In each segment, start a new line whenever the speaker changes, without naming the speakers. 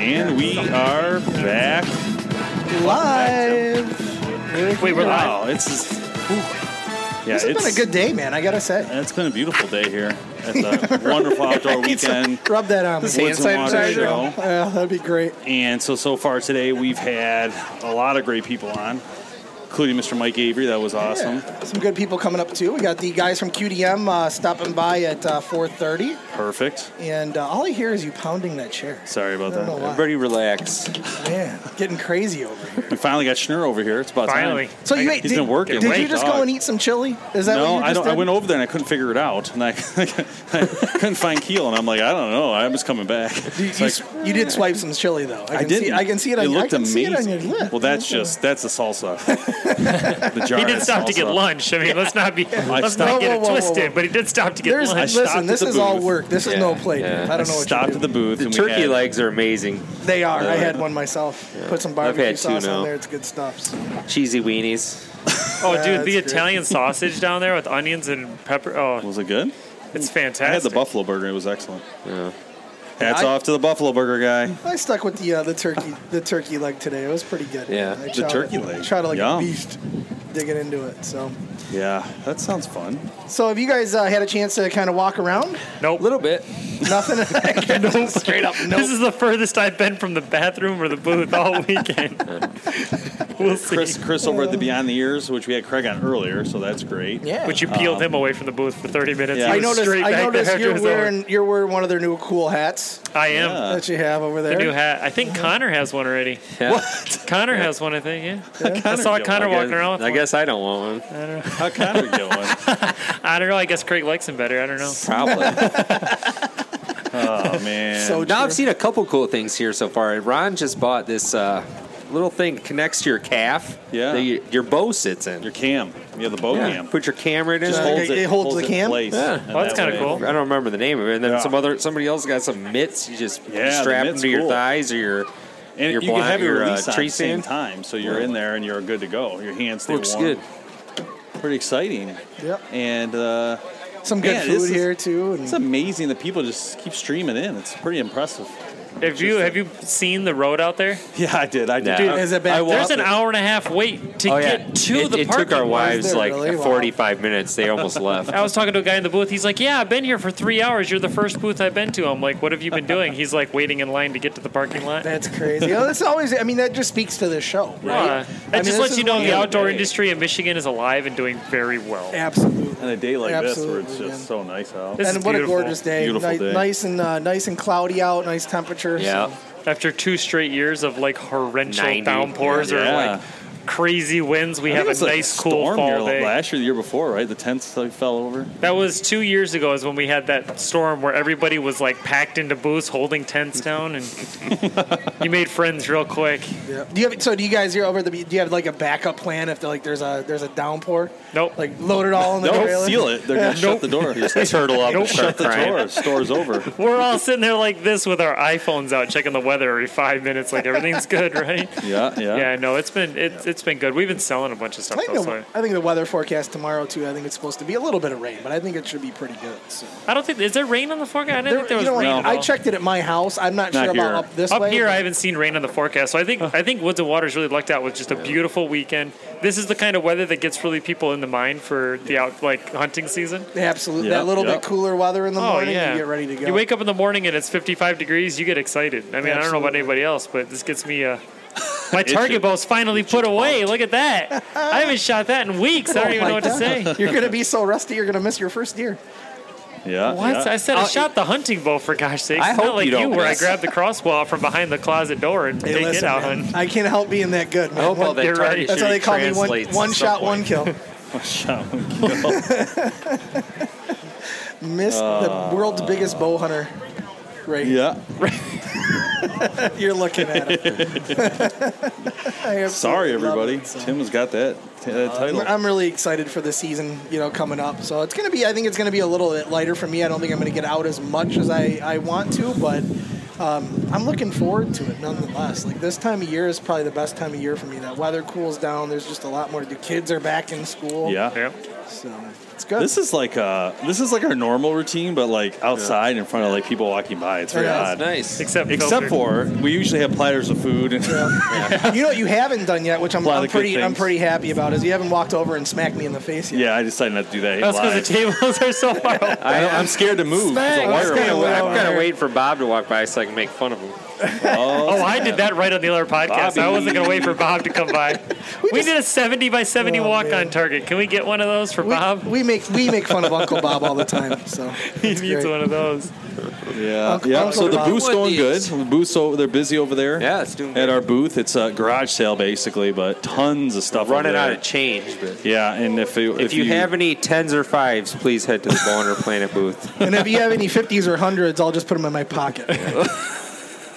And we are back.
Live.
Wait, we're live. Wow, it's just, yeah,
This has
it's
been a good day, man. I gotta say.
It's been a beautiful day here. It's a wonderful outdoor
It's-
weekend.
Rub that on.
Woods and Water Show.
Uh, that'd be great.
And so, so far today, we've had a lot of great people on, including Mr. Mike Avery. That was awesome.
Yeah. Some good people coming up too. We got the guys from QDM uh, stopping by at uh, 4:30,
Perfect.
and uh, all I hear is you pounding that chair.
Sorry about
I don't
that.
know why.
Everybody relax.
Man, getting crazy over here.
We finally got Schnurr over here. It's about
Finally.
time.
So you ate?
He's
Did,
been working.
did
like
you
a
just
dog.
go and eat some chili? Is that
no,
what you just
I don't.
did?
I went over there and I couldn't figure it out, and I, I couldn't find Keel, and I'm like, I don't know. I'm just coming back.
You,
It's
you
like,
s- you did swipe some chili though. I,
I,
can
didn't.
See, I can see it on.
It
your- I
looked
can see it
amazing.
on your lip.
Well, that's just that's the salsa. the jar
He did
is
stop to
salsa.
get lunch. I mean, let's not be let's
stopped-
not
Whoa,
get
whoa,
it
whoa, whoa,
twisted,
whoa.
but he did stop to get
There's
lunch.
stopped
listen.
at
This
the
is all
booth.
work. This is no play.
yeah.
dude. I don't know what
Stopped
you
at
do.
the booth.
The
and
turkey
we had,
legs are amazing.
They are. I had one myself. Put some barbecue
had two
sauce
now.
on there. It's good stuff. So.
Cheesy weenies.
oh, dude,
that's
the
great.
Italian sausage down there with onions and pepper. Oh,
Was it good?
it's
I
fantastic.
had the buffalo burger. It was excellent.
Yeah.
Hats
I-
off to the buffalo burger guy.
I stuck with the uh, the turkey the turkey leg today. It was pretty good.
Yeah.
I
The
chowed
turkey
it-
leg.
Chowed it like
Yum.
a beast, digging into it. So,
Yeah, that sounds fun.
so have you guys uh, had a chance to kind of walk around?
Nope.
A little bit.
Nothing. Straight up. Nope.
This is the furthest I've been from the bathroom or the booth all weekend. we'll see.
Chris, Chris over at the Beyond the Ears, which we had Craig on earlier, so that's great.
yeah.
Which you peeled him away from the booth for 30 minutes.
Yeah.
Um,
He
I
was
noticed.
straight
I
back there
noticed
after it
you're
was over.
wearing you're wearing one of their new cool hats
I am.
Yeah.
that you have over
Uh, The
there.
new hat. I think Connor has one already.
Yeah.
What?
Connor has one, I think. Yeah, I
Connor
saw
get
Connor
one.
walking around. With
I
one.
guess I don't want one.
How Connor get one?
I don't know. I guess Craig likes him better. I don't know.
Probably.
Oh man.
So
now I've seen a couple cool things here so far. Ron just bought this uh, little thing that connects to your calf.
Yeah.
That you, your bow sits in.
your cam. Yeah, the bow
yeah.
cam.
Put your camera in.
Just
it.
hold- it holds the
in
cam?
place,
Yeah.
and
Oh, that's
that
kinda
way-
cool.
I don't remember the name of it. And then
Yeah.
some other somebody else got some mitts. You just
Yeah, the
strap them
mitts
to your
cool.
thighs or your
And
your
you can have
blind-
your,
your, uh,
release on
tree
at the same
stand.
time, so you're in there and you're good to go. Your hands stay
looks
warm.
good.
Pretty exciting.
Yep.
And uh,
some good
Man, this is-
food here too. And
it's amazing that people just keep streaming in. It's pretty impressive.
Have you have you seen the road out there?
Yeah, I did. I did.
Dude,
is it Oh, bad?
I
There's
walked
an
it.
hour and a half wait to
Oh, yeah.
get to
it,
the
it
parking
took our
lot.
wives
there
like
really? Wow.
45 minutes. They almost left.
I was talking to a guy in the booth. He's like, "Yeah, I've been here for three hours. You're the first booth I've been to." I'm like, "What have you been doing?" He's like, "Waiting in line to get to the parking lot."
that's crazy. Oh, that's always. I mean, that just speaks to this show,
Uh,
right?
that
I mean,
just
this
lets
is
you know
what
the outdoor
Hey.
industry in Michigan is alive and doing very well.
Absolutely.
on a day like this
Absolutely,
where it's
man.
just so nice out.
This-
and
is
what
beautiful.
a gorgeous day.
Beautiful
Ni-
day.
Nice and uh, nice and cloudy out. Nice temperature. so-
Yeah.
After two straight years of like horrendous
90.
downpours or
yeah.
like crazy winds, we
I think
have
it
a
was, like,
nice, cool
storm here
fall day.
Last year, the year before, right? The tents like, fell over.
That was two years ago, is when we had that storm where everybody was like packed into booths, holding tents down, and you made friends real quick.
Do you have so? Do you guys here over the? Do you have like a backup plan if like there's a there's a downpour?
Nope.
Like load it all in the
No,
trailer.
seal it. They're gonna shut the door.
Just turtle up and start
shut the
crying.
door. Store's over.
We're all sitting there like this with our iPhones out, checking the weather every five minutes. Like everything's good, right?
Yeah, yeah.
Yeah, no, it's been it's, it's been good. We've been selling a bunch of
I
stuff.
Oh,
think,
Though,
the,
so
I think the weather forecast tomorrow too. I think it's supposed to be a little bit of rain, but I think it should be pretty good. So.
I don't think is there rain on the forecast. I didn't think there
you
was
know,
rain. at
I
all.
checked it at my house. I'm not,
Not
sure
here.
about up this
Up
way.
here, I haven't seen rain on the forecast, so I think I think Woods and Waters really lucked out with just a beautiful weekend. This is the kind of weather that gets really people in the mind for the out like hunting season.
Absolutely,
Yeah,
that little
yeah.
bit cooler weather in the
Oh
morning.
yeah,
You get ready to go.
You wake up in the morning and it's 55 degrees. You get excited. I mean, I don't know about
Absolutely.
anybody else, but this gets me. Uh, my
Itchy.
target bow's finally put away. Look at that! I haven't shot that in weeks.
Oh
I don't even know what to say.
You're gonna be so rusty. You're gonna miss your first deer.
Yeah.
What?
yeah.
I said I shot the hunting bow for gosh sakes.
I
It's not
hope
like
you don't
where I
miss.
grabbed the crossbow from behind the closet door and take it
listen,
out
man,
hunting.
I can't help being that good. Man.
I hope all
One-
that
You're right.
target
That's why they
shooting
call me one,
translates at
one
some
shot, one
point.
kill.
Shot.
Missed
Uh,
the world's biggest bow hunter. Right.
Yeah.
You're looking at it. I am-
Sorry,
love it.
everybody. Tim's got that, that title.
I'm really excited for the season, you know, coming up. So it's gonna be. I think it's gonna be a little bit lighter for me. I don't think I'm gonna get out as much as I, I want to, but um, I'm looking forward to it nonetheless. Like this time of year is probably the best time of year for me. That weather cools down. There's just a lot more to do. Kids are back in school.
yeah.
Yeah.
So it's good.
This is like uh this is like our normal routine, but like outside in front of like people walking by. It's very
Yeah.
odd.
Nice.
Except
Except
filtered.
for we usually have platters of food and
you know what you haven't done yet, which I'm,
Lot of
I'm
good
pretty I'm
things.
pretty happy about is you haven't walked over and smacked me in the face yet.
yeah, I decided not to do that.
That's because
live.
the tables are so far. away.
I don't- I'm scared to move. 'cause the wire
Smack.
will
Smack.
I'm
wrap
gonna wait for Bob to walk by so I can make fun of him.
Oh, I did that right on the other podcast. I wasn't going to wait for Bob to come by. We,
just-
did a 70 by 70
Oh,
walk
man.
on target. Can we get one of those for
We,
Bob?
we make we make fun of Uncle Bob all the time. So
he
it's
needs
great.
one of those.
on. Yeah,
Uncle-
yeah.
Uncle
so the
Bob.
booth's going good.
Woodies.
The booth's over, they're busy over there.
Yeah, it's doing
At
good.
our booth, it's a garage sale basically, but tons of stuff.
Running
over
out
there.
of change, but
Yeah, and if you,
if you, have any tens or fives, please head to the Boner Planet booth.
And if you have any 50s or 100s, I'll just put them in my pocket.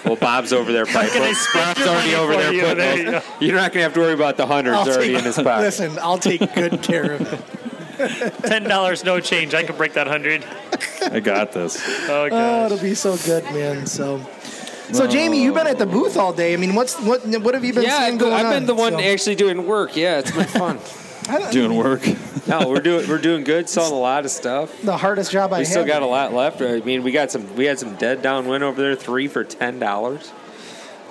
Well, Bob's over there. Probably
Can I
put-
spend
Bob's already
your money
over
for
there.
you?
putting
There
those-
you go.
You're not gonna have to worry about the 100s
I'll
already
take-
in his pocket.
Listen, I'll take good care of it.
$10, no change. I can break that 100
I got this.
Oh,
Oh,
gosh.
it'll be so good, man. So, so Jamie, you've been at the booth all day. I mean, what's what? What have you been?
yeah,
seeing
I've, been-
going
I've
on?
been the one
So-
actually doing work. Yeah, it's been fun.
I don't-
Doing work.
no, we're doing we're doing good. Selling a lot of stuff.
the hardest job
We
I have.
still got a lot left. I mean, we got some. We had some dead downwind over there, three for ten dollars.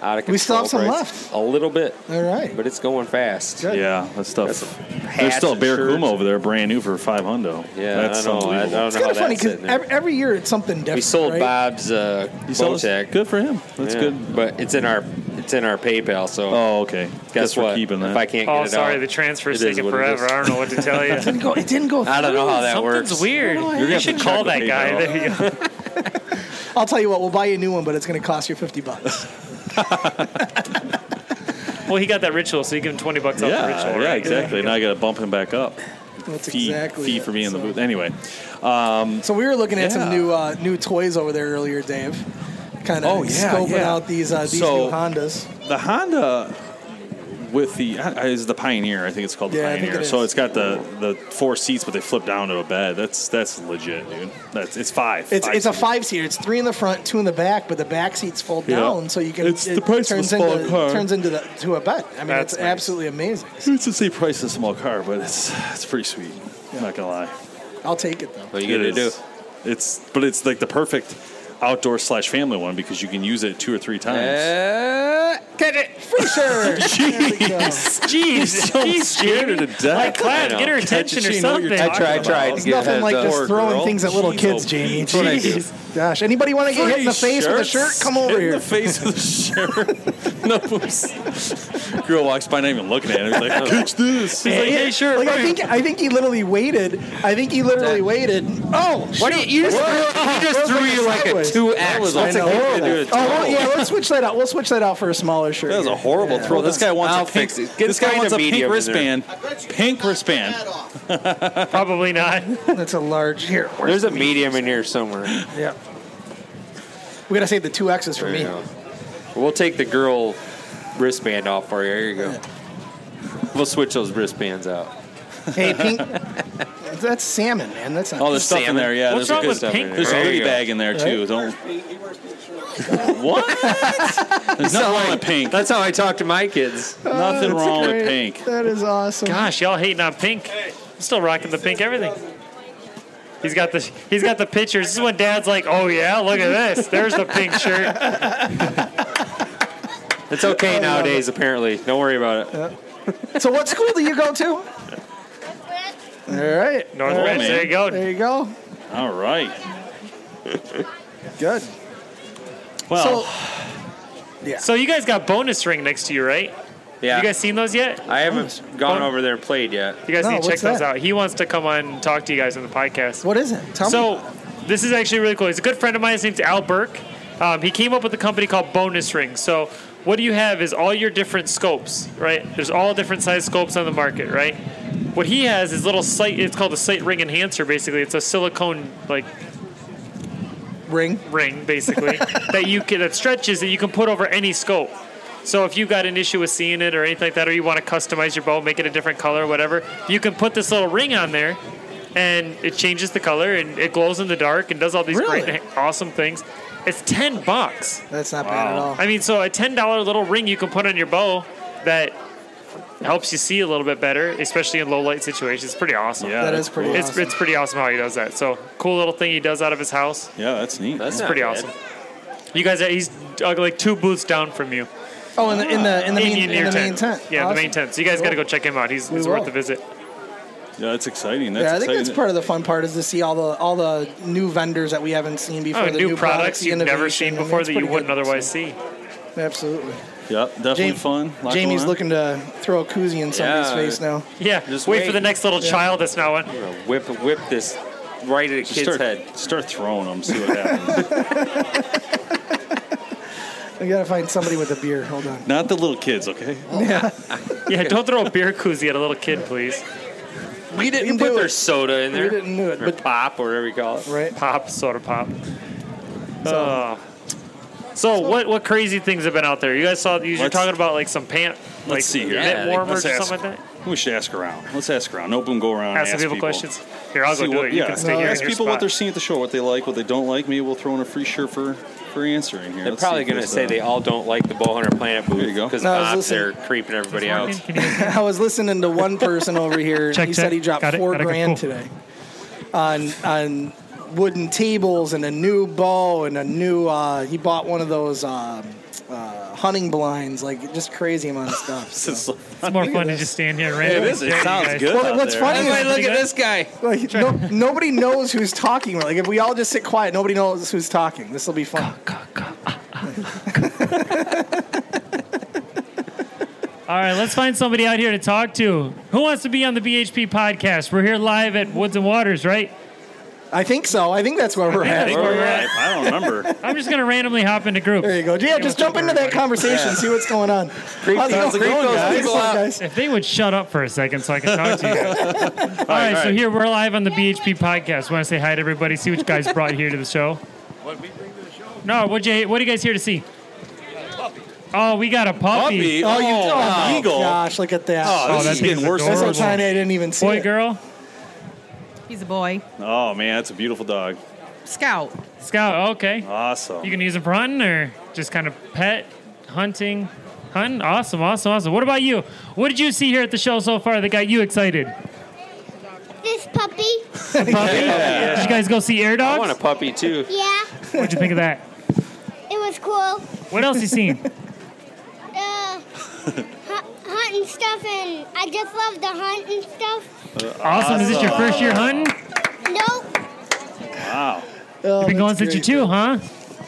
Out of control.
We still have some
price.
left.
A little bit.
All right.
but it's going fast.
Good.
Yeah, that
That's
stuff. There's
hats
still a
and
Bear
shirts.
Kuma over there, brand new for five hundo.
Yeah,
that's
I don't know. I, I
unbelievable.
don't
It's
know
kind
how
of
that's
funny because
sitting there.
every, every year it's something different.
we sold
right?
Bob's uh,
You sell this?
Bowtech.
Good for him. That's
Yeah,
good.
but it's in our it's in our PayPal. So
Oh, okay.
guess
Guess we're
what?
keeping
If I
that.
can't
Oh,
get it
sorry.
out,
The transfer's
It is
taking
what it
forever. I don't know what to tell you.
It didn't go. It didn't go.
I don't know how that
Something's
works.
weird.
gonna
you
have to
should call
check
that
the
guy.
PayPal.
There you go.
I'll tell you what. We'll buy you a new one, but it's going to cost you fifty bucks.
Well, he got that ritual, so you give him 20 bucks off the
Yeah,
ritual.
yeah,
right?
exactly. Now I got to bump him back up.
That's
Fee,
exactly
fee
it.
for being in the
So-
booth. Anyway,
So we were looking at some
Yeah.
new uh, new toys over there earlier, Dave. Kind of
Oh, yeah,
scoping
yeah.
out these uh, these
So-
new Hondas.
the Honda with the uh, is the Pioneer. I think it's called the
Yeah, I think
Pioneer.
it
so
is.
it's got the the four seats, but they flip down to a bed. That's that's legit, dude. That's it's five.
It's,
Five
it's a
seats.
five seater. It's three in the front, two in the back, but the back seats fold
Yeah.
down, so you can.
It's the price of a
turns
small
into,
car.
Turns into the, to a bed. I mean,
That's
it's
nice.
absolutely amazing.
It's the same price as a small car, but it's it's pretty sweet. I'm not gonna lie.
I'll take it though.
What you gonna
It
do?
is. It's but it's like the perfect outdoor slash family one because you can use it two or three times.
Uh, get it.
For sure. There we go.
Jeez.
I'm
Jeez,
scared
Jamie.
to death.
Like, Clyde, get her
Can't you
attention or
know what you're
something.
I
talking
tried,
about?
tried to
It's
get
nothing
heads
like
up.
just throwing
girl.
things at little
Jeez,
kids,
oh,
Jamie.
That's what I do.
Jeez.
gosh. Anybody want to get hit in the face with a shirt? Come over
Hit
here.
In the face with a shirt. no. oops. Girl walks by, not even looking at him. He's like, catch this.
He's like, hey, sure.
Like I
right."
think I think he literally waited. I think he literally waited. Oh,
What do
shoot.
you, you just threw, you just
That was
threw
like a
you like a
sideways.
two
That
X.
was a
That's a
horrible. Dude,
Oh well, yeah, let's switch that out. We'll switch that out for a smaller shirt.
That was a
here.
horrible throw. This guy wants
I'll
a pink.
fix it. Get
This
the
guy
guy
wants
in
a
the
pink
medium in
wristband. Pink wristband.
probably not.
That's a large. Here, where's
There's a medium in here somewhere.
Yeah. We gotta save the two X's for
There
me.
you go. We'll take the girl wristband off for you. There you go. We'll switch those wristbands out.
Hey, pink. That's salmon, man. That's not.
All this stuff in there. Yeah,
What's
there's
wrong
a good
with
stuff.
pink?
in there. There's a
There you
goodie
go.
bag in there too. Don't. What? There's nothing wrong with pink.
That's how I talk to my kids.
Nothing
That's
Oh,
wrong with
great.
pink.
That is awesome.
Gosh, y'all hating on pink. I'm still rocking the pink everything. He's got the he's got the pictures. This is when Dad's like, "Oh yeah, look at this. There's the pink shirt."
It's okay nowadays, apparently. Don't worry about it.
So, what school do you go to? All right.
man.
Northwest. there you go.
There you go.
All right.
Good.
Well,
Oh. So you guys got bonus ring next to you, right?
Yeah.
You guys seen those yet?
I haven't gone over there and played yet.
You guys
No,
need to check
what's
those
that?
out. He wants to come on and talk to you guys on the podcast.
What is it? Tell me.
So this is actually really cool. He's a good friend of mine. His name's Al Burke. Um, he came up with a company called Bonus Ring. So what you have is all your different scopes, right? There's all different size scopes on the market, right? What he has is little sight. It's called a sight ring enhancer. Basically, it's a silicone like
Ring.
ring basically that you can that stretches that you can put over any scope. So if you've got an issue with seeing it or anything like that, or you want to customize your bow, make it a different color, whatever, you can put this little ring on there, and it changes the color and it glows in the dark and does all these
Really?
great awesome things. It's ten bucks.
That's not bad at all.
I mean, so a ten dollar little ring you can put on your bow that helps you see a little bit better, especially in low light situations. It's pretty awesome.
yeah.
that
that's
is pretty
It's,
awesome.
it's pretty awesome how he does that. So cool little thing he does out of his house.
Yeah, that's neat.
It's pretty awesome. You guys, are, he's uh, like two booths down from you
oh, in the in the in the
in,
main,
in
in
your
the
tent.
main tent.
Yeah, the main
Awesome.
tent. So you guys got to go check him out. He's,
We
he's
will.
worth a visit.
Yeah, that's exciting. That's
Yeah, I think
exciting.
that's part of the fun part is to see all the all the new vendors that we haven't seen before.
Oh,
the
new, products
the
you've never
innovation.
seen
I mean,
before
it's
that you
pretty
wouldn't
good.
otherwise see.
Absolutely.
Yep, definitely
Jamie-
fun. Lot
Jamie's
going on.
looking to throw a koozie in somebody's
Yeah.
face now.
Yeah,
Just
wait,
wait.
for the next little child that's not one.
Whip whip this right at a kid's
Start,
head.
start throwing them. See what happens.
I gotta find somebody with a beer. Hold on.
Not the little kids, okay?
Yeah, don't throw a beer koozie at a little kid, please.
We didn't
can
put
do
their
it.
soda in there.
didn't do it,
Or
but-
pop or whatever you call it.
Right.
Pop, soda pop. Uh, so, what what crazy things have been out there? You guys saw you were
Let's-
talking about like some pant, like
see here.
mitt
Yeah,
warmers
let's
or
ask-
something like that.
We should ask around. Let's ask around. No boom, go around. and
Ask some
ask
people, questions. Here, I'll go
See
do
what-
it. You
yeah.
can stay here. in
Ask
your
people what
spot.
they're seeing at the show, what they like, what they don't like. Maybe we'll throw in a free shirt for for answering here.
They're
Let's see
probably
if
going to
there's,
say
uh,
they all don't like the Bowhunter Planet booth.
There you go.
Because
No, I was
Bob's there
listening.
creeping everybody out.
Can you-
I was listening to one person over here.
Check,
he
check.
said he dropped
Got it.
four
Gotta go.
grand
Cool.
today on on wooden tables and a new bow and a new. Uh, he bought one of those um, uh, hunting blinds, like just crazy amount of stuff. So.
It's more fun to just stand here and randomly.
this is-
stare at you
sounds
guys.
good.
Well,
out
what's
there.
funny
That's
is
why I look at
this guy.
like, no, nobody knows who's talking. Like if we all just sit quiet, nobody knows who's talking. This will be fun.
All right, let's find somebody out here to talk to. Who wants to be on the BHP podcast? We're here live at Woods and Waters, right?
I think so. I think that's where we're
I
at.
think we're
I,
at.
I don't remember.
I'm just gonna randomly hop into groups.
There you go. Yeah,
Hey,
just
what's up,
jump into that
everybody?
conversation. See what's going on. How's it
how's it
going,
going, guys?
guys?
People out.
Guys?
If they would shut up for a second, so I can talk to you. guys. all, right, so here we're live on the BHP podcast. Want to say hi to everybody? See what you guys brought here to the show. What we bring to the show? No, what you? What are you guys here to see? Oh, we got a puppy.
Puppy.
Oh, you
Oh,
oh,
eagle.
Gosh, look at that.
Oh, this
that
is
thing
getting
is
worse. and
That's so
adorable.
worse.
tiny I didn't even see
Boy,
it.
girl,
He's a boy.
Oh man, that's a beautiful dog.
Scout.
scout. Okay.
Awesome.
You can use them for hunting or just kind of pet, hunting, hunting. Awesome, awesome, awesome. What about you? What did you see here at the show so far that got you excited?
This puppy?
Puppy? Did you guys go see Air
I
Dogs?
want a puppy too.
Yeah,
What'd you think of that?
it was cool.
What else you seen?
Uh, hu- hunting stuff, and I just love the hunting stuff.
awesome. Is this your first year hunting?
Nope,
Wow.
You've been going
that's
since you're two, huh?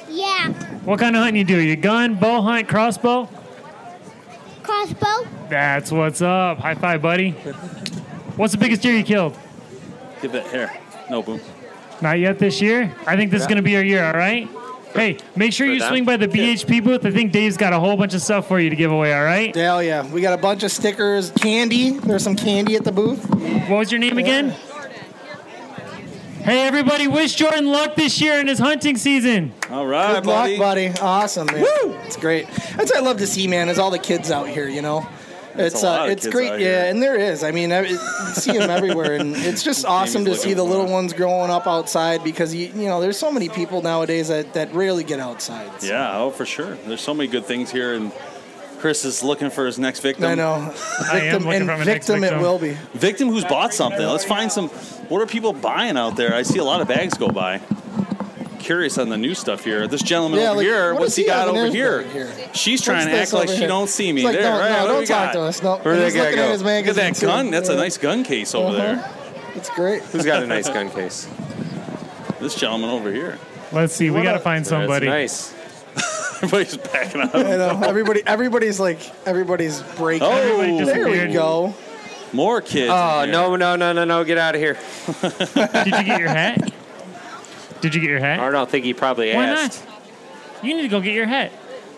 Yeah.
What kind of hunting you do? You gun, bow hunt, crossbow?
Crossbow.
That's what's up. High five, buddy. What's the biggest deer you killed?
Give that hair. No, boom.
Not yet this year. I think this is
Yeah.
going to be our year, all right? Hey, make sure
For
you
them?
swing by the BHP booth. I think Dave's got a whole bunch of stuff for you to give away, all right?
Hell yeah. We got a bunch of stickers, candy. There's some candy at the booth. What
was your name again? Hey, everybody, wish Jordan luck this year in his hunting season.
All right,
Good luck, buddy. Awesome, man. It's great. That's what I love to see, man. Is all the kids out here, you know.
There's
it's
a lot
uh,
of
it's
kids
great,
out here.
yeah, and there is. I mean, I I see them everywhere, and it's just awesome to
Jamie's
see
looking
the little ones growing up outside because you you know there's so many people nowadays that that rarely get outside.
Yeah, oh, for sure. There's so many good things here, and Chris is looking for his next victim.
I know. victim and victim, it will be.
Victim who's bought something. Let's find some. What are people buying out there? I see a lot of bags go by. Curious on the new stuff here. This gentleman
Yeah,
over
like,
here,
what
what's
does
he
he
got
have in
over
his
here?
bag
She's
What's
trying to
this
act like
over
she
here?
don't see me.
It's like,
there,
no,
right,
no,
what do
don't
we got?
talk to us. No,
Where'd
and
that
he's
guy
looking at
go?
his
Look at that
magazine, too.
gun. That's a
Yeah.
nice gun case over
Uh-huh.
there.
It's great.
Who's got a nice gun case? This gentleman over here.
Let's see. We
What
got to
up?
find
That's
somebody.
nice. Everybody's backing up.
I know. Everybody, everybody's like, everybody's breaking.
Oh. Everybody
there
disappeared.
we go.
More kids.
Oh
in here.
no no no no no! Get out of here.
Did you get your hat? Did you get your hat?
I don't think he probably
Why
asked.
not? You need to go get your hat.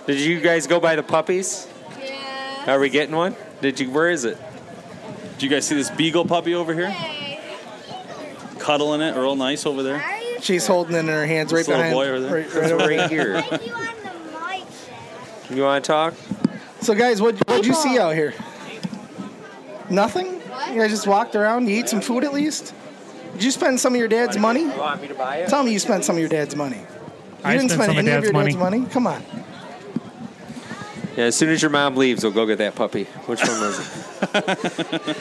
Did you guys go buy the puppies? Yeah. Are we getting one? Did you? Where is it?
Do you guys see this beagle puppy over here? Cuddling it real nice over there.
She's holding it in her hands right
This little
behind.
boy over there.
Right, right over
Right here. You want to talk?
So guys, what what'd you see out here? Nothing. You guys just walked around. You ate some food at least. Did you spend some of your dad's money?
want me to buy
Tell me you spent some of your dad's money. You
I
didn't
spent some of
spend any of
Dad's
your dad's money. Come on.
Yeah, as soon as your mom leaves, we'll go get that puppy. Which one was it?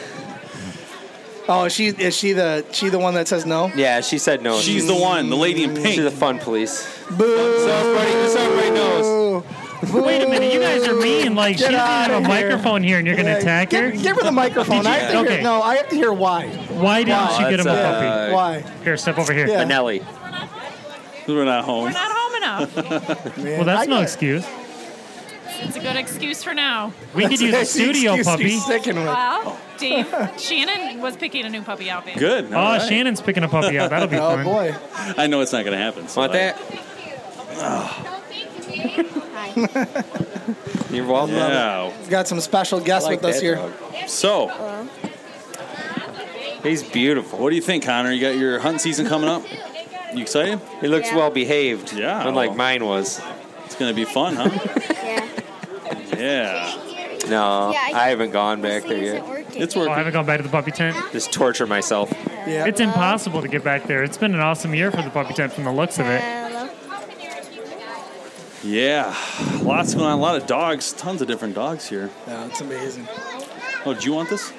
Oh, she is she the she the one that says no?
Yeah, she said no.
She's the one,
the lady in pink.
She's the fun police.
Boo!
So everybody, so everybody knows.
Wait a minute, you guys are mean. Like she
Get
doesn't even have
outta
a
here.
microphone here, and you're gonna
Yeah,
attack
give,
her.
Give her the microphone.
Did
I
you-
have to
okay.
hear, no, I have to hear why.
Why didn't
Why?
she get him a
That's,
puppy?
uh, Why?
Here, step over here.
Yeah.
Benelli.
We're not home.
Not home enough.
well, that's
I
no
get it.
excuse.
It's a good excuse for now.
We could use a studio puppy.
Well, Dave, Shannon was picking a new puppy out. babe.
Good.
Oh, Shannon's picking a puppy out. That'll be
Oh,
fun.
boy.
I know it's not going to happen. So
Want
I-
that? You're welcome.
Yeah.
We've got some special guests
like
with us
that
here.
dog.
So,
he's beautiful.
What do you think, Connor? You got your hunt season coming up? You excited?
He looks well behaved.
Yeah.
Unlike mine was.
It's going to be fun, huh? yeah.
No,
Yeah, I-
I haven't gone back there yet.
It's
Oh, I haven't gone back to the puppy tent.
Just torture myself.
Yeah.
It's impossible to get back there. It's been an awesome year for the puppy tent from the looks of it.
Yeah. Lots going on. A lot of dogs. Tons of different dogs here.
Yeah, it's amazing.
Oh, do you want this?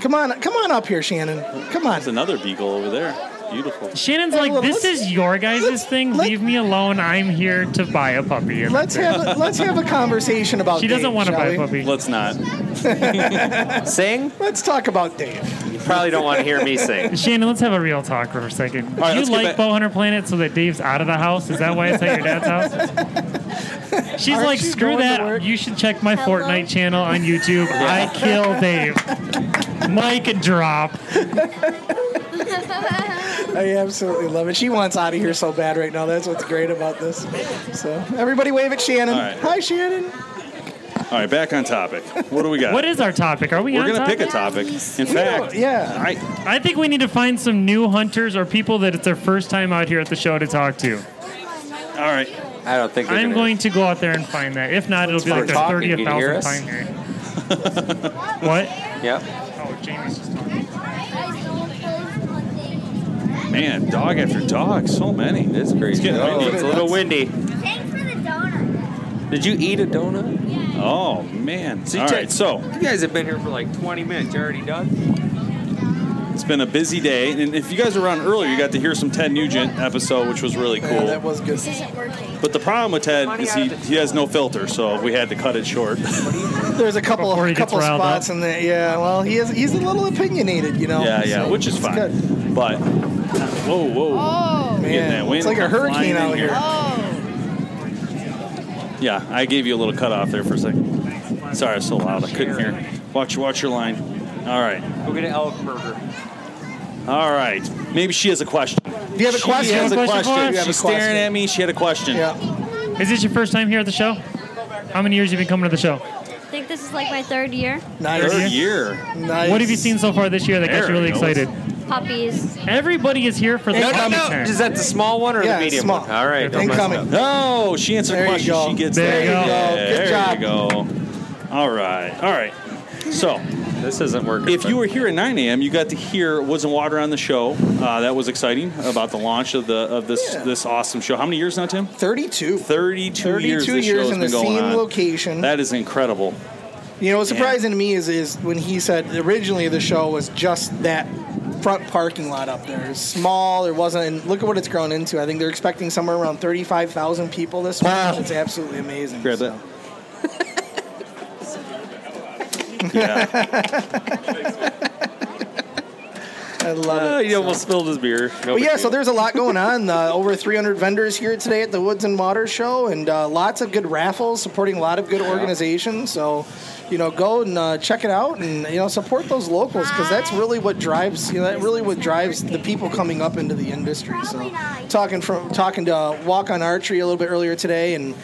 Come on, come on up here, Shannon. Come on.
There's another beagle over there. Beautiful.
Shannon's
Hey,
like,
well,
this
let's-
is your guys' thing. Leave me alone. I'm here to buy a puppy. And
Let's
that's it.
have let's have a conversation about.
She doesn't
Dave,
want to
shall
buy a
we?
puppy.
Let's not.
Sing?
Let's talk about Dave.
You probably don't want to hear me sing.
Shannon, let's have a real talk for a second.
right,
Do you
let's get
like
back-
Bowhunter Planet so that Dave's out of the house? Is that why it's at your dad's house? She's
Aren't
like,
you
screw
going to
that. You should check my Fortnite channel on YouTube. I kill Dave. Mic drop.
I absolutely love it. She wants out of here so bad right now. That's what's great about this. So everybody wave at Shannon.
All right.
Hi, Shannon.
All right, back on topic. What do we got?
What is our topic? Are we
We're
on
gonna pick a topic. In fact,
yeah.
I think we need to find some new hunters or people that it's their first time out here at the show to talk to.
all right.
I don't think they're
I'm
gonna-
going to go out there and find that. If not, it'll be like
We're
their
talking. Can you hear us?
30,000th time here. what?
Yep.
Oh, Jamie's just
Man, dog after dog, so many.
It's crazy.
getting
oh,
windy.
it's a little windy.
Thanks for the donut.
Did you eat a donut?
Oh man!
See,
All
Jay-
right, so
Oh, You guys have been here for like 20 minutes. You're already done?
it's been a busy day, and if you guys were around earlier, you got to hear some Ted Nugent episode, which was really
Yeah,
cool.
that was good.
But the problem with Ted is he, he has no filter, so we had to cut it short.
There's a couple
Before he gets
couple
riled
spots in there. Yeah. Well, he is
Oh.
he's a little opinionated, you know.
yeah, yeah,
So
which is
it's
fine.
good.
But whoa, whoa!
Oh.
getting that wind.
It's like a
come flying in
hurricane out here.
Oh.
Yeah, I gave you a little cut off there for a second. Sorry, I was so loud. I couldn't hear. Watch, watch your line. All right.
Go get an elk burger.
All right. Maybe she has a question. Do
you have a question?
She has a
You have a question
question.
for us? You have a
She's staring
question.
at me. She had a question.
Is this your first time here at the show? How many years you been coming to the show?
I think this is like my third year.
Third year.
What have you seen so far this year that got you
There
really
it goes.
excited?
Puppies.
Everybody is here for the
No, no,
puppy
no.
turn.
Is that the
small one
or the Yeah,
medium small. one? All right, don't mess it Incoming. up. No, she answered
There you
questions.
go.
She gets
There you go.
Yeah,
Good
there
job.
you go. All right. All right. So this isn't working. If you were here at 9 a.m., you got to hear Woods and Water on the show. Uh, that was exciting about the launch of the of this this awesome show. How many years now, Tim?
32.
32,
32
years. This show
years
has
in the
been going
same
on.
location.
That is incredible.
You know, what's surprising to me is is when he said originally the show was just that front parking lot up there. It was small. There wasn't. And look at what it's grown into. I think they're expecting somewhere around thirty-five thousand people this month. It's absolutely amazing.
Grab that. yeah.
I love
Uh,
it.
you almost spilled his beer. No
Well,
big
yeah, so
deal.
there's a lot going on. Uh, over 300 vendors here today at the Woods and Water Show, and uh, lots of good raffles supporting a lot of good organizations. So, you know, go and uh, check it out, and you know, support those locals because that's really what drives you know that really what drives the people coming up into the industry. So, talking from talking to uh, Walk on Archery a little bit earlier today, and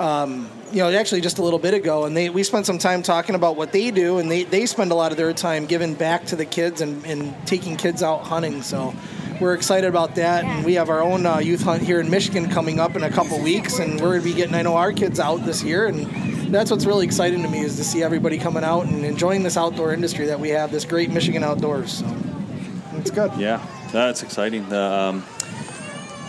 um, you know, actually just a little bit ago, and they we spent some time talking about what they do, and they, they spend a lot of their time giving back to the kids and, and taking kids out hunting. So we're excited about that, and we have our own uh, youth hunt here in Michigan coming up in a couple weeks, and we're going to be getting I know our kids out this year, and that's what's really exciting to me is to see everybody coming out and enjoying this outdoor industry that we have, this great Michigan outdoors. So it's good.
Yeah, that's exciting. The, um,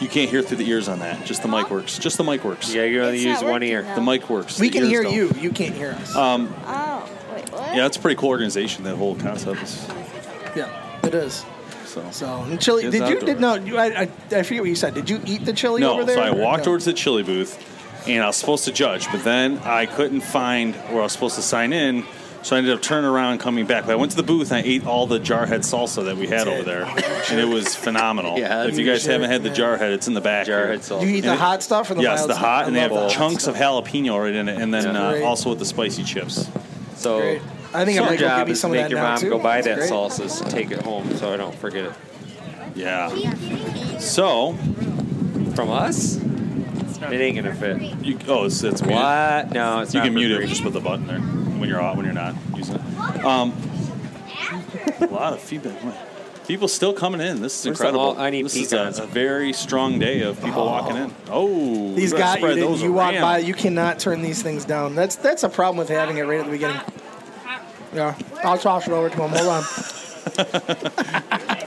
you can't hear through the ears on that. Just the mic works. Just the mic works. Yeah, you
It's use not one working, ear. though.
The mic works.
we
The
can
ears
hear
don't.
you. You can't hear us.
Um,
Oh, wait, what?
yeah, it's a pretty cool organization. That whole concept. Is,
Yeah, it is.
so.
So and chili.
Kids
Did you
outdoors.
did no? you- I, I, I forget what you said. Did you eat the chili
no,
over there?
so I walked
No.
towards the chili booth, and I was supposed to judge, but then I couldn't find where I was supposed to sign in, so I ended up turning around and coming back. But I went to the booth and I ate all the jarhead salsa that we had over there, and it was phenomenal.
Yeah,
if you guys haven't had the jarhead, it's in the back. Jarhead
salsa.
Do you eat the hot stuff or the
yes,
mild
the
stuff?
hot,
I
and they have
love that.
chunks of jalapeno right in it, and then
Great.
uh, also with the spicy chips.
So
I think I
your
might go
job
give me
is
some
to make
of that
your
now,
mom
too.
go buy
That's
that
great.
salsa and take it home so I don't forget it.
Yeah. So
from us, it ain't gonna fit.
You, oh, it's, it's
what?
muted.
No, it's
you
not
can
for
mute it.
free.
Just put the button there when you're out, when you're not using it. Um, a lot of feedback. Wow. People still coming in. This is
Where's the
incredible.
all- I need
this is a,
pecans.
a very strong day of people walking in. Oh,
These
we better
got you.
spread
didn't
those
You walk
around.
by. You cannot turn these things down. That's that's a problem with having it right at the beginning. Yeah, I'll toss it over to him. Hold on. There you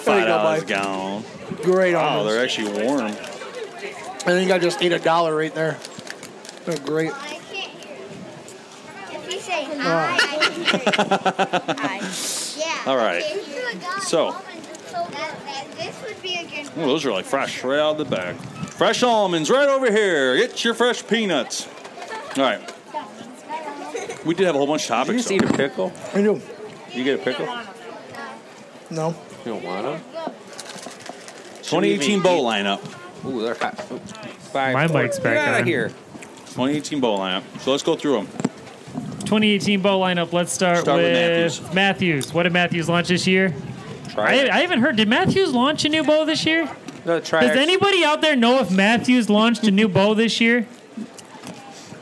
Five
go,
dollars
Mike.
gone.
Great
Wow,
on
they're actually warm.
I think I just ate a dollar right there. They're great.
If you say hi, I can hear you. Hi. Yeah.
All right. So,
This would be a good
oh, those are like fresh, right out of the bag. Fresh almonds, right over here. Get your fresh peanuts. All right. We did have a whole bunch of topics.
you just eat a pickle?
I do.
You get a pickle?
No.
You don't want them?
2018 bowl lineup.
Ooh, they're hot. Oh, Five.
My mic's back
Get out
on.
of here.
2018 bowl lineup. So let's go through them.
2018 bow lineup. Let's start,
Start with
with, Matthews. What did Matthews launch this year? I, I haven't heard. Did Matthews launch a new bow this year?
No, try
Does anybody out there know if Matthews launched a new bow this year?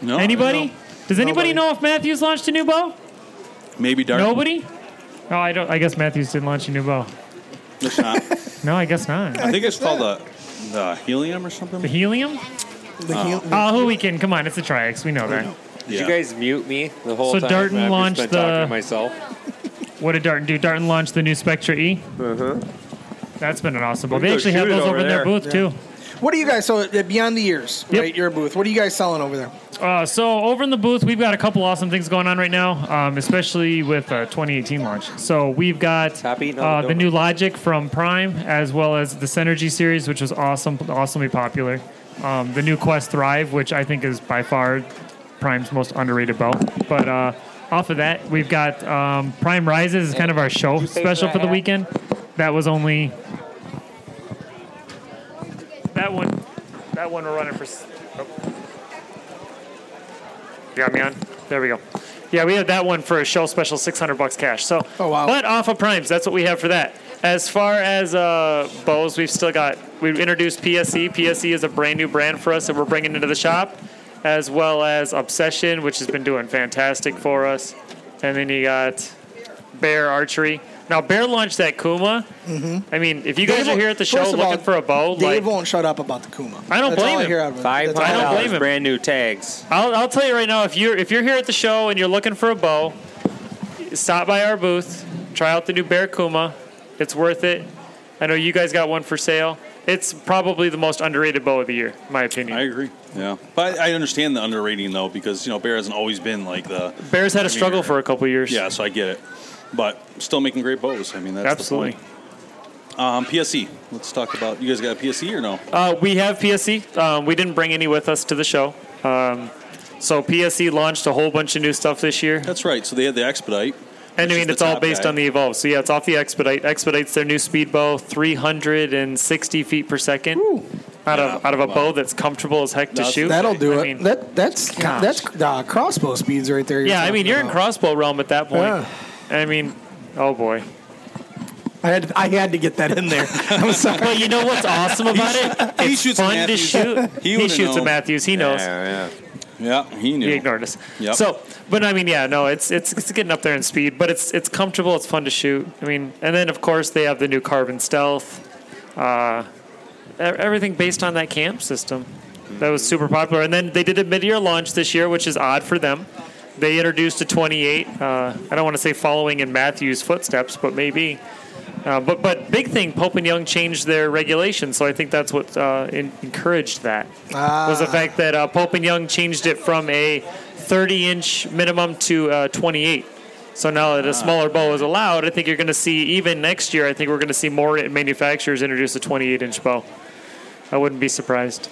No.
Anybody? Does anybody
Nobody.
know if Matthews launched a new bow?
Maybe dark.
Nobody. Oh, I don't. I guess Matthews didn't launch a new bow.
It's not.
No, I guess not.
I think it's called the, the helium or something.
the helium.
The hel-
oh, who we can? Come on, it's a triax. We know that.
Did you guys mute me the whole
So
time?
Darton
I've just
launched
been talking
the-
to myself.
What did Darton do? Darton launched the new Spectra E.
Uh-huh.
That's been an awesome bow.
We
They
can
actually have
shoot it
those over
over
in their
there.
booth too.
What do you guys? So uh, beyond the years, right? Your booth. What are you guys selling over there?
Uh, so over in the booth, we've got a couple awesome things going on right now, um, especially with uh, 2018 launch. So we've got uh,
all the
the new Logic from Prime, as well as the Synergy series, which was awesome, awesomely popular. Um, the new Quest Thrive, which I think is by far Prime's most underrated bow. But uh, off of that, we've got um, Prime Rises is kind of our show
pay for
special for
that
the
hat?
weekend. That was only That one we're running for. s- Oh. You Got me on. There we go. Yeah, we have that one for a show special, six hundred bucks cash. So, oh, wow. but off of primes, that's what we have for that. As far as uh, bows, we've still got we've introduced PSE. PSE is a brand new brand for us that we're bringing into the shop, as well as Obsession, which has been doing fantastic for us. And then you got Bear Archery. Now, Bear launched that Kuma.
Mm-hmm.
I mean, if you guys are here at the show looking for a bow,
Dave
like
won't shut up about the Kuma.
I don't
That's
blame
all I
him.
hear out of
Five
That's all I
hundred
hear.
dollars, brand
new tags.
I'll, I'll tell you right now, if you're if you're here at the show and you're looking for a bow, stop by our booth, try out the new Bear Kuma. It's worth it. I know you guys got one for sale. It's probably the most underrated bow of the year, in my opinion. I
agree. Yeah, but I understand the underrating though because you know Bear hasn't always been like the
Bears had a
premier.
struggle for a couple years.
Yeah, so I get it, but still making great bows. I mean, that's
Absolutely.
The point. Um, PSE. Let's talk about you guys got a PSE or no?
Uh, we have PSC. Um, we didn't bring any with us to the show. Um, so PSC launched a whole bunch of new stuff this year.
That's right. So they had the Expedite.
And I
which is
mean,
the
it's all
top
based
guy.
on the Evolve. So yeah, it's off the Expedite. Expedite's their new speed bow, 360 feet per second. Out of out of a
Wow.
bow that's comfortable as heck to shoot.
That'll do
I
it.
mean,
that that's
Gosh.
that's uh, crossbow speeds right there.
yeah, I mean,
talking
you're in
about.
crossbow realm at that point.
Yeah.
I mean, oh boy.
I had I had to get that in there. I'm sorry.
But you know what's awesome about it?
He
It's
shoots a
fun to
Matthews.
shoot.
He
He,
would've
shoots a
known.
Matthews. He knows.
Yeah, yeah. Yeah, he knew.
He ignored us.
Yep.
So, but I mean, yeah, no, it's, it's it's getting up there in speed, but it's it's comfortable. It's fun to shoot. I mean, and then of course they have the new carbon stealth, uh, e- everything based on that camp system that was super popular. And then they did a mid-year launch this year, which is odd for them. They introduced a 28. Uh, I don't want to say following in Matthew's footsteps, but maybe. Uh, but but big thing, Pope and Young changed their regulations, so I think that's what uh, in, encouraged that was the fact that uh, Pope and Young changed it from a 30 inch minimum to uh, 28. So now that a smaller bow is allowed, I think you're going to see even next year. I think we're going to see more manufacturers introduce a 28 inch bow. I wouldn't be surprised.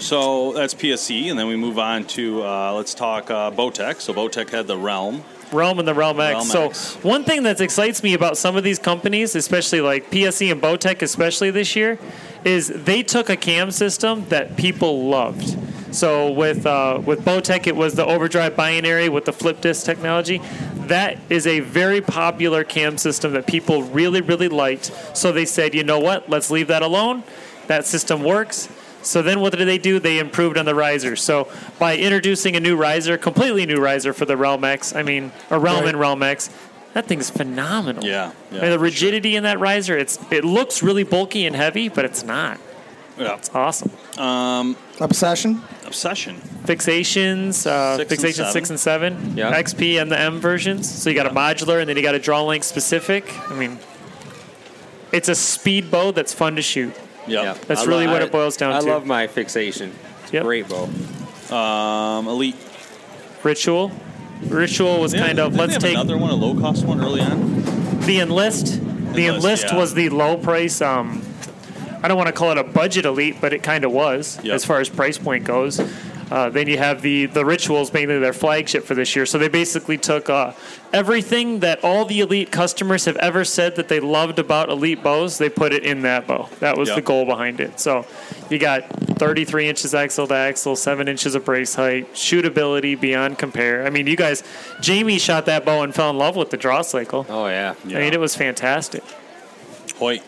So that's PSE, and then we move on to uh, let's talk uh, Bowtech. So Bowtech had the Realm.
Realm and the Realm X.
Realm
so
X.
one thing that excites me about some of these companies, especially like PSE and Bowtech, especially this year, is they took a cam system that people loved. So with uh, with Bowtech, it was the overdrive binary with the flip disc technology. That is a very popular cam system that people really really liked. So they said, you know what? Let's leave that alone. That system works. So then what did they do? They improved on the riser. So by introducing a new riser, completely new riser for the Realm X, I mean, a Realm
Right.
and Realm X, that thing's phenomenal.
Yeah, yeah.
I mean, the rigidity in that riser, it's it looks really bulky and heavy, but it's not.
Yeah.
It's awesome.
Um,
Obsession?
Obsession.
Fixations, uh,
Six and
fixation
seven.
six and seven,
Yeah.
XP and the M versions. So you got a modular and then you got a draw link specific. I mean, it's a speed bow that's fun to shoot.
Yeah.
That's really what it boils down
I
to.
love my fixation. It's a great bow.
Um, elite.
Ritual. Ritual was kind of
Didn't
let's
they have
take
another one, a low cost one early on.
the enlist. The
Enlist,
enlist
yeah.
was the low price. Um, I don't want to call it a budget elite, but it kind of was as far as price point goes. Uh, then you have the the rituals, mainly their flagship for this year. So they basically took uh, everything that all the elite customers have ever said that they loved about elite bows. They put it in that bow. That was
Yeah.
the goal behind it. So you got 33 inches axle to axle, seven inches of brace height, shootability beyond compare. I mean, you guys, Jamie shot that bow and fell in love with the draw cycle.
Oh yeah.
I mean, it was fantastic.
Hoyt.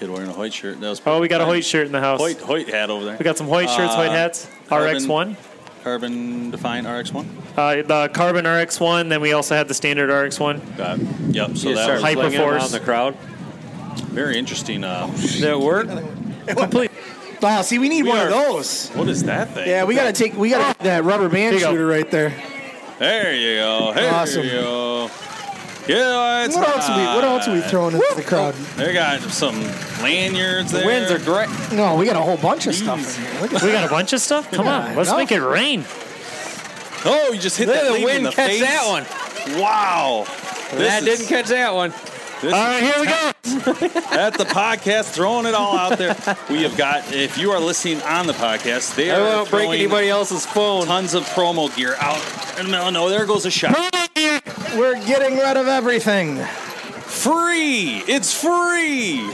Kid wearing a Hoyt shirt. That was
Oh, we got a Hoyt shirt in the house.
Hoyt, Uh, Hoyt hat over there.
We got some Hoyt shirts, Hoyt hats. RX1.
Carbon defined RX1.
Uh, the Carbon RX1, then we also had the standard RX1.
Got it. Yep. So
You
that
start
was
flinging them out
Hyperforce
in the
crowd.
Very interesting. Uh,
Oh,
that work?
Complete.
Wow, Oh, see, we need one of those.
What is that thing?
Yeah, we got to take we
Oh.
got to that rubber band shooter right there.
There you go. There
Awesome.
you go. Yeah, it's
What else are we What else are we
nice.
throwing into the crowd?
They got some lanyards there.
winds are
great.
No, we got a whole bunch of stuff. in here. Look at
We
that.
got a bunch of stuff? Come
Yeah,
on, let's
enough.
make it rain.
Oh, you just hit
Let
that
the
lady in
wind
the
catch
face.
that one.
Wow.
That didn't catch that one.
All
right, here we go.
That's the podcast throwing it all out there. We have got. If you are listening on the podcast, they
I
are
won't break
throwing
anybody else's phone.
Tons of promo gear out. And no, no, there goes a shot.
We're getting rid of everything.
Free. It's free.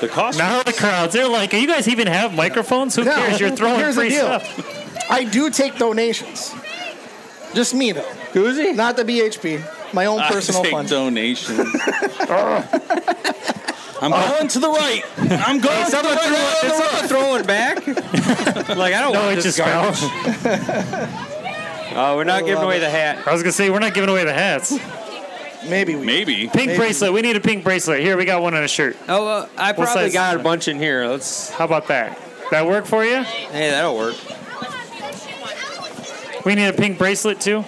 The cost.
Now the crowds, they're like, "Do you guys even have microphones? Who
No,
cares? You're throwing
here's the
free
deal.
stuff."
I do take donations. Just me though. Goozy? Not the BHP. My own
I
personal
take
fund.
donations. I'm going to the right. I'm going
Uh. Hey,
to the
someone
right.
throw- did someone throw it
back?
like I don't
No,
want
it
this
just
garbage.
fell.
Oh, we're not giving away the hat.
I was gonna say we're not giving away the hats.
Maybe we
Maybe.
Pink bracelet. We need a pink bracelet. Here, we got one on a shirt.
Oh, uh, I
What
probably
size?
got a bunch in here. Let's.
How about that? That work for you?
Hey, that'll work.
We need a pink bracelet too.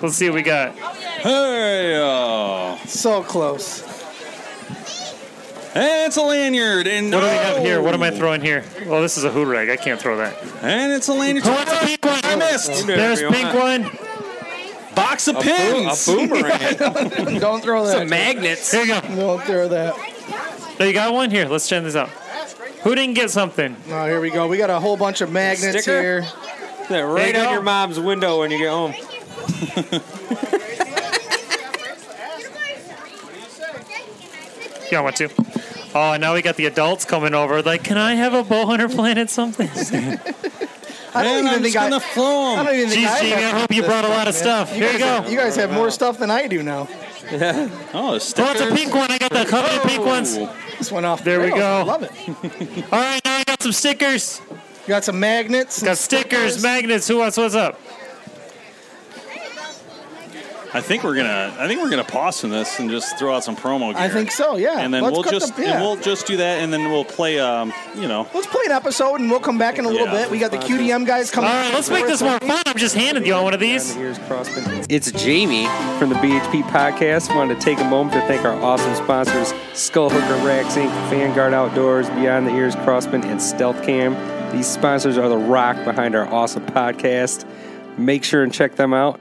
Let's see what we got.
Hey, oh.
So close.
And it's a lanyard. And
What do we have
oh.
here? What am I throwing here? Oh, this is a hood rag. I can't throw that.
And it's a lanyard.
Who wants a pink one?
I missed.
There's pink one.
Box of
A, boom, a
pins.
boomerang.
Don't throw that.
Some magnets.
Here you go.
Don't throw that.
Oh, you got one here. Let's turn this up. Who didn't get something?
Oh, here we go. We got a whole bunch of magnets
Sticker?
here.
They're right
you
on
go.
your mom's window when you get home.
You want one too? Oh, now we got the adults coming over. Like, can I have a bow hunter planet something?
I don't
And
even
I'm
think
just
I.
gonna flow
I
'em.
don't even think
Jeez,
I
Jamie,
have
I hope you
this
brought a
stuff,
lot
man.
of stuff. Here you
guys
go.
have- you guys have more stuff than I do now.
Oh, there's
Oh, it's a
stickers.
pink one. I got the couple of pink ones. All
Oh.
This went off. the
There we
rails.
go.
I Love it.
right, now I got some stickers.
Got some magnets.
Got stickers, magnets. Who wants what's up?
I think we're gonna. I think we're gonna pause from this and just throw out some promo gear.
I think so. Yeah.
And then
Let's
we'll
cut
just
the- yeah.
and we'll just do that, and then we'll play. Um, you know,
Let's play an episode and we'll come back in a little
Yeah.
bit. We got the QDM guys
All
coming.
right, let's make this more fun. I'm just handing y'all one of these.
It's Jamie from the BHP Podcast. Wanted to take a moment to thank our awesome sponsors, Skull Hooker Racks Inc., Vanguard Outdoors, Beyond the Ears Crossman, and Stealth Cam. These sponsors are the rock behind our awesome podcast. Make sure and check them out.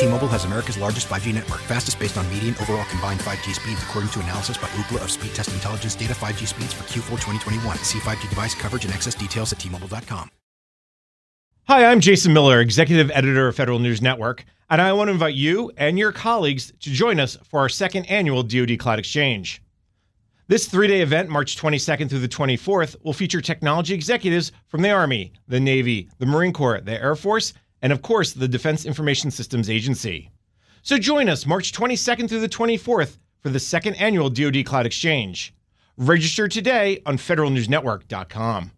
T-Mobile has America's largest 5G network, fastest based on median overall combined 5G speeds, according to analysis by Ookla of Speed Test Intelligence data 5G speeds for Q4 2021. See 5G device coverage and access details at T-Mobile.com.
Hi, I'm Jason Miller, Executive Editor of Federal News Network, and I want to invite you and your colleagues to join us for our second annual DoD Cloud Exchange. This three day event, March 22nd through the 24th, will feature technology executives from the Army, the Navy, the Marine Corps, the Air Force, and of course, the Defense Information Systems Agency. So join us March 22nd through the 24th for the second annual DoD Cloud Exchange. Register today on federalnewsnetwork.com.